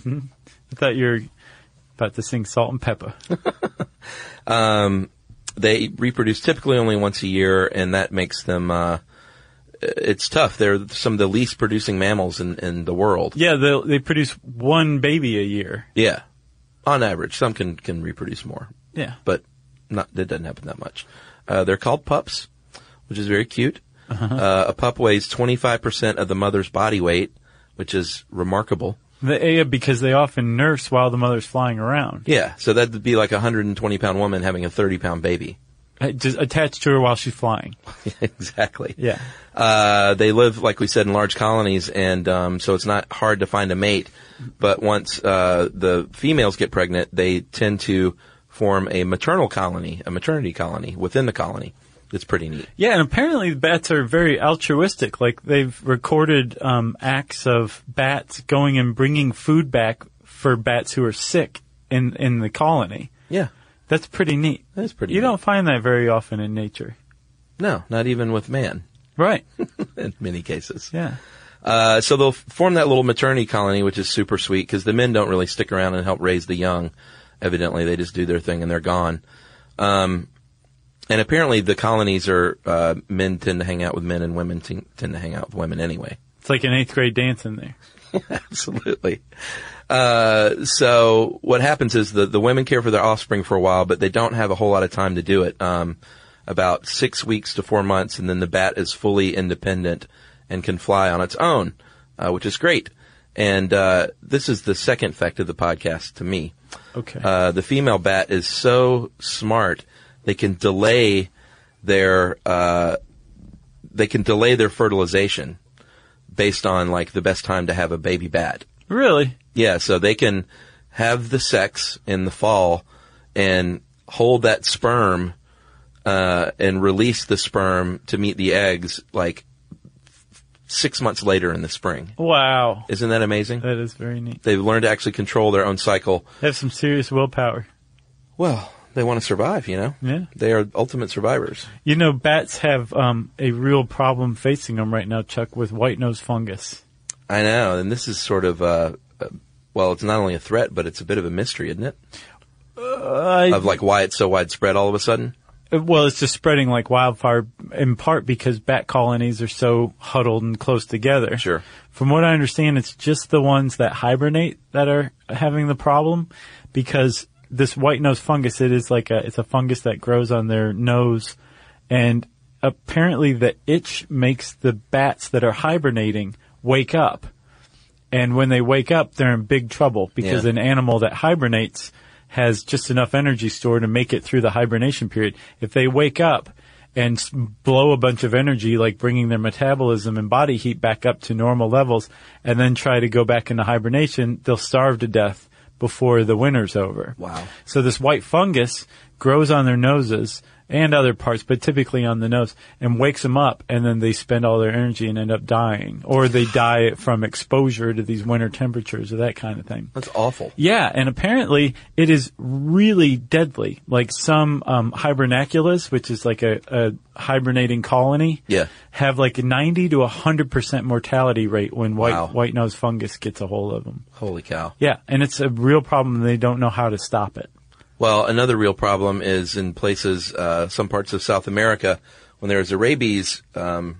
S2: thought you were about to sing Salt and Pepper.
S1: They reproduce typically only once a year, and that makes them. Uh, it's tough. They're some of the least producing mammals in, in the world.
S2: yeah, they, they produce one baby a year.
S1: Yeah, on average, some can can reproduce more,
S2: Yeah.
S1: but not that doesn't happen that much. Uh, they're called pups, which is very cute.
S2: Uh-huh.
S1: Uh, a pup weighs 25% of the mother's body weight, which is remarkable.
S2: They, yeah, eh, because they often nurse while the mother's flying around,
S1: Yeah, so that'd be like a 120 pound woman having a 30 pound baby.
S2: Uh, just attached to her while she's flying.
S1: exactly.
S2: Yeah.
S1: Uh, they live, like we said, in large colonies, and um, so it's not hard to find a mate. But once uh, the females get pregnant, they tend to form a maternal colony, a maternity colony within the colony. It's pretty neat.
S2: Yeah, and apparently the bats are very altruistic. Like they've recorded um, acts of bats going and bringing food back for bats who are sick in in the colony.
S1: Yeah.
S2: That's pretty neat.
S1: That is pretty
S2: You
S1: neat.
S2: don't find that very often in nature.
S1: No, not even with man
S2: Right.
S1: in many cases.
S2: Yeah.
S1: Uh, so they'll f- form that little maternity colony, which is super sweet because the men don't really stick around and help raise the young. Evidently, they just do their thing and they're gone. Um, and apparently, the colonies are uh, men tend to hang out with men and women t- tend to hang out with women anyway.
S2: It's like an eighth grade dance in there.
S1: Absolutely. Uh, so what happens is the, the women care for their offspring for a while, but they don't have a whole lot of time to do it. Um, about six weeks to four months, and then the bat is fully independent and can fly on its own, uh, which is great. And uh, this is the second fact of the podcast to me.
S2: Okay.
S1: Uh, the female bat is so smart they can delay their uh, they can delay their fertilization based on like the best time to have a baby bat.
S2: really?
S1: Yeah, so they can have the sex in the fall and hold that sperm uh, and release the sperm to meet the eggs like f- six months later in the spring.
S2: Wow.
S1: Isn't that amazing?
S2: That is very neat.
S1: They've learned to actually control their own cycle.
S2: They have some serious willpower.
S1: Well, they want to survive, you know?
S2: Yeah.
S1: They are ultimate survivors.
S2: You know, bats have um, a real problem facing them right now, Chuck, with white nose fungus.
S1: I know, and this is sort of, uh, uh, well, it's not only a threat, but it's a bit of a mystery, isn't it?
S2: Uh,
S1: Of like why it's so widespread all of a sudden.
S2: well, it's just spreading like wildfire, in part because bat colonies are so huddled and close together.
S1: Sure.
S2: From what I understand, it's just the ones that hibernate that are having the problem, because this white nose fungus, it is like a, it's a fungus that grows on their nose, and apparently the itch makes the bats that are hibernating wake up. And when they wake up, they're in big trouble because
S1: Yeah.
S2: an animal that hibernates has just enough energy stored to make it through the hibernation period. If they wake up and s- blow a bunch of energy, like bringing their metabolism and body heat back up to normal levels, and then try to go back into hibernation, they'll starve to death before the winter's over.
S1: Wow.
S2: So this white fungus grows on their noses and other parts, but typically on the nose, and wakes them up, and then they spend all their energy and end up dying, or they die from exposure to these winter temperatures or that kind of thing.
S1: That's awful.
S2: Yeah, and apparently it is really deadly. Like some um, hibernaculus, which is like a, a hibernating colony,
S1: Yeah.
S2: have like a ninety to hundred percent mortality rate when white
S1: Wow.
S2: white nose fungus gets a hold of them.
S1: Holy cow.
S2: Yeah, and it's a real problem. and They don't know how to stop it.
S1: Well, another real problem is in places, uh, some parts of South America, when there is a rabies um,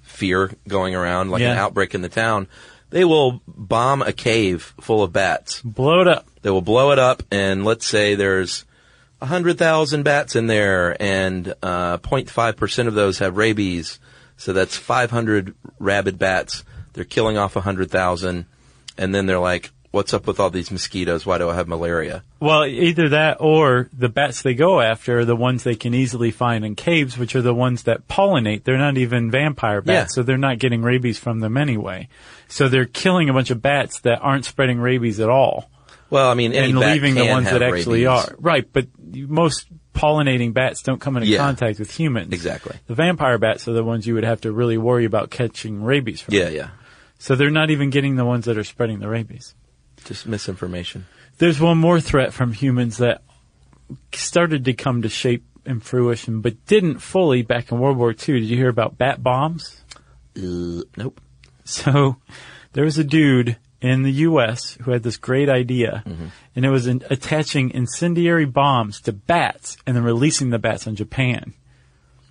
S1: fear going around, like an
S2: Yeah.
S1: outbreak in the town, they will bomb a cave full of bats.
S2: Blow it up.
S1: They will blow it up, and let's say there's 100,000 bats in there, and uh, 0.5% of those have rabies. So that's 500 rabid bats. They're killing off 100,000. And then they're like, what's up with all these mosquitoes? Why do I have malaria?
S2: Well, either that or the bats they go after are the ones they can easily find in caves, which are the ones that pollinate. They're not even vampire bats,
S1: Yeah.
S2: so they're not getting rabies from them anyway. So they're killing a bunch of bats that aren't spreading rabies at all
S1: Well, I mean, any
S2: and
S1: bat
S2: leaving the
S1: can
S2: ones
S1: have
S2: that actually
S1: rabies.
S2: are. Right, but you- most pollinating bats don't come into
S1: Yeah.
S2: contact with humans.
S1: Exactly.
S2: The vampire bats are the ones you would have to really worry about catching rabies from.
S1: Yeah, yeah.
S2: So they're not even getting the ones that are spreading the rabies.
S1: Just misinformation.
S2: There's one more threat from humans that started to come to shape and fruition, but didn't fully back in World War II. Did you hear about bat bombs?
S1: Uh, nope.
S2: So There was a dude in the U.S. who had this great idea, and it was in, attaching incendiary bombs to bats and then releasing the bats on Japan.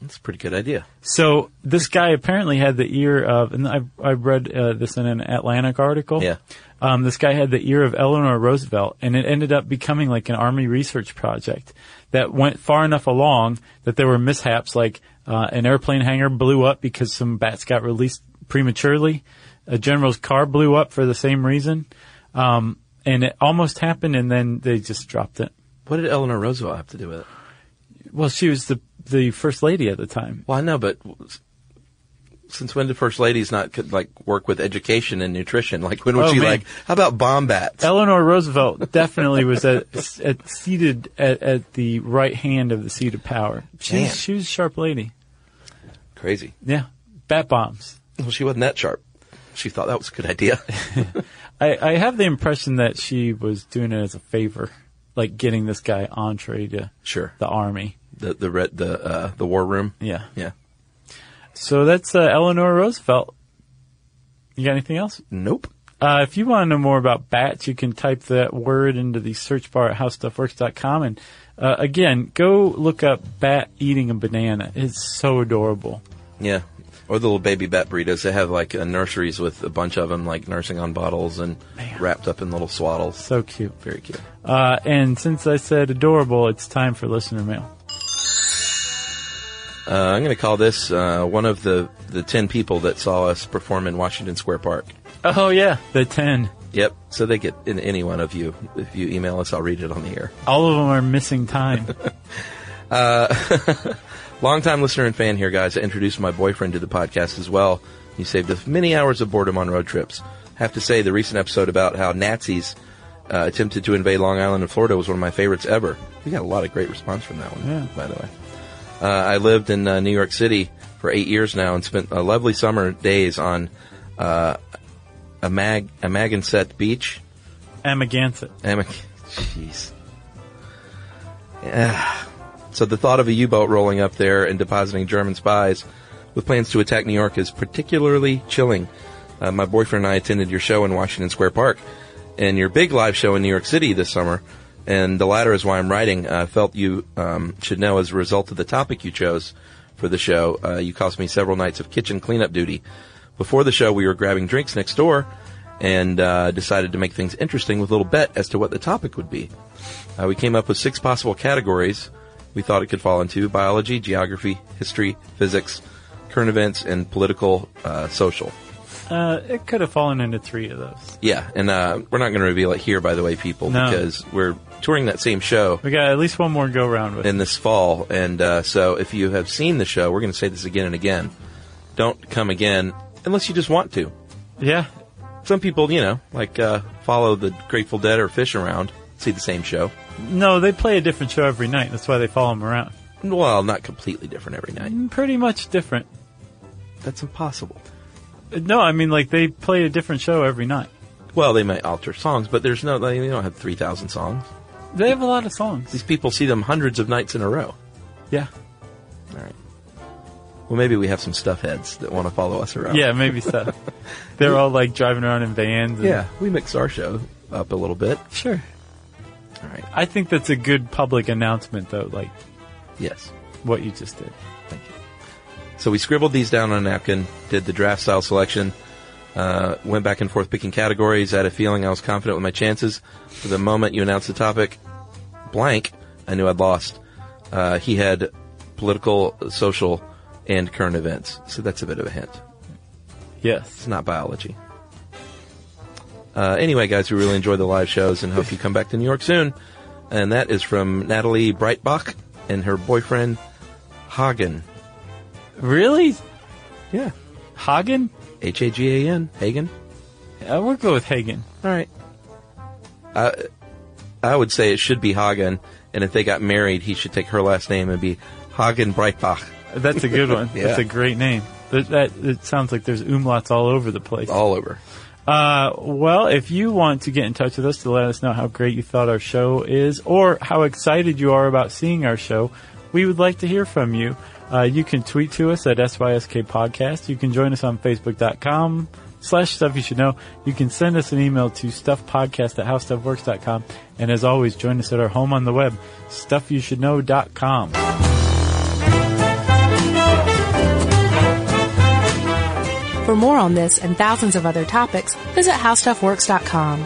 S1: That's a pretty good idea.
S2: So this guy apparently had the ear of, and I, I read uh, this in an Atlantic article.
S1: Yeah.
S2: Um, this guy had the ear of Eleanor Roosevelt, and it ended up becoming like an army research project that went far enough along that there were mishaps, like uh, an airplane hangar blew up because some bats got released prematurely. A general's car blew up for the same reason, um, and it almost happened, and then they just dropped it.
S1: What did Eleanor Roosevelt have to do with it?
S2: Well, she was the the first lady at the time.
S1: Well, I know, but s- since when did first ladies not could, like work with education and nutrition? Like when was
S2: Oh,
S1: she
S2: man.
S1: like, how about bomb bats?
S2: Eleanor Roosevelt definitely was at, at seated at, at the right hand of the seat of power. She
S1: Man.
S2: was, she was a sharp lady.
S1: Crazy.
S2: Yeah, bat bombs.
S1: Well, she wasn't that sharp. She thought that was a good idea.
S2: I, I have the impression that she was doing it as a favor, like getting this guy entree to
S1: sure.
S2: the army.
S1: The the red the uh, the war room.
S2: Yeah.
S1: Yeah.
S2: So that's uh, Eleanor Roosevelt. You got anything else?
S1: Nope.
S2: Uh, if you want to know more about bats, you can type that word into the search bar at howstuffworks.com. And uh, again, go look up bat eating a banana. It's so adorable.
S1: Yeah. Or the little baby bat burritos. They have like uh, nurseries with a bunch of them, like nursing on bottles and wrapped up in little swaddles.
S2: So cute.
S1: Very cute.
S2: Uh, and since I said adorable, it's time for listener mail.
S1: Uh, I'm going to call this uh, one of the the ten people that saw us perform in Washington Square Park.
S2: Oh, yeah. The 10.
S1: Yep. So they get in any one of you. If you email us, I'll read it on the air.
S2: All of them are missing time.
S1: Longtime listener and fan here, guys. I introduced my boyfriend to the podcast as well. He saved us many hours of boredom on road trips. I have to say, the recent episode about how Nazis uh, attempted to invade Long Island in Florida was one of my favorites ever. We got a lot of great response from that one,
S2: Yeah.
S1: by the way. Uh, I lived in uh, New York City for eight years now and spent a lovely summer days on uh, a mag a Amagansett Beach.
S2: Amagansett.
S1: Am- Jeez. Ah. So the thought of a U-boat rolling up there and depositing German spies with plans to attack New York is particularly chilling. Uh, my boyfriend and I attended your show in Washington Square Park and your big live show in New York City this summer. And the latter is why I'm writing. I felt you um, should know as a result of the topic you chose for the show. Uh, you cost me several nights of kitchen cleanup duty. Before the show, we were grabbing drinks next door and uh, decided to make things interesting with a little bet as to what the topic would be. Uh, we came up with six possible categories we thought it could fall into biology, geography, history, physics, current events, and political, uh, social.
S2: Uh, it could have fallen into three of those.
S1: Yeah, and uh, we're not going to reveal it here, by the way, people,
S2: No.
S1: because we're touring that same show
S2: We got at least one more go round with.
S1: in this fall. And uh, so if you have seen the show, we're going to say this again and again. Don't come again unless you just want to.
S2: yeah.
S1: Some people, you know, like uh, follow the Grateful Dead or Fish around, see the same show.
S2: No, they play a different show every night. That's why they follow them around.
S1: Well, not completely different every night.
S2: Pretty much different.
S1: That's impossible.
S2: No, I mean, like, they play a different show every night.
S1: Well, they might alter songs, but there's no, they don't have 3,000 songs.
S2: They have a lot of songs.
S1: These people see them hundreds of nights in a row.
S2: Yeah.
S1: All right. Well, maybe we have some stuff heads that want to follow us around.
S2: Yeah, maybe so. They're all, like, driving around in vans. And,
S1: Yeah, we mix our show up a little bit.
S2: Sure.
S1: All right.
S2: I think that's a good public announcement, though, like
S1: Yes.
S2: what you just did.
S1: So we scribbled these down on a napkin, did the draft style selection, uh, went back and forth picking categories, had a feeling I was confident with my chances. For the moment you announced the topic, blank, I knew I'd lost. Uh, he had political, social, and current events. So that's a bit of a hint. It's
S2: Yes.
S1: not biology. Uh, anyway, guys, we really enjoy the live shows and hope you come back to New York soon. And that is from Natalie Breitbach and her boyfriend, Hagen.
S2: Really?
S1: Yeah.
S2: Hagen?
S1: H A G A N. Hagen.
S2: I would go with Hagen.
S1: All right. I, I would say it should be Hagen, and if they got married, he should take her last name and be Hagen Breitbach.
S2: That's a good one.
S1: Yeah.
S2: That's a great name. That, that it sounds like there's umlauts all over the place.
S1: All over.
S2: Uh, well, if you want to get in touch with us to let us know how great you thought our show is or how excited you are about seeing our show, we would like to hear from you. Uh, you can tweet to us at SYSK Podcast. You can join us on Facebook.com slash stuff you should know. You can send us an email to stuffpodcast at howstuffworks.com. And as always, join us at our home on the web, stuffyoushouldknow.com.
S3: For more on this and thousands of other topics, visit howstuffworks.com.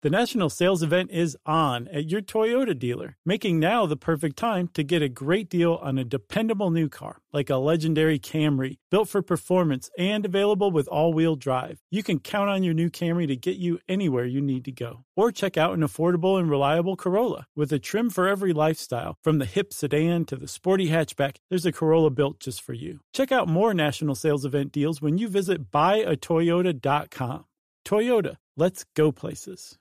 S2: The national sales event is on at your Toyota dealer, making now the perfect time to get a great deal on a dependable new car like a legendary Camry, built for performance and available with all wheel drive. You can count on your new Camry to get you anywhere you need to go. Or check out an affordable and reliable Corolla with a trim for every lifestyle. From the hip sedan to the sporty hatchback, there's a Corolla built just for you. Check out more national sales event deals when you visit buyatoyota.com. Toyota, let's go places.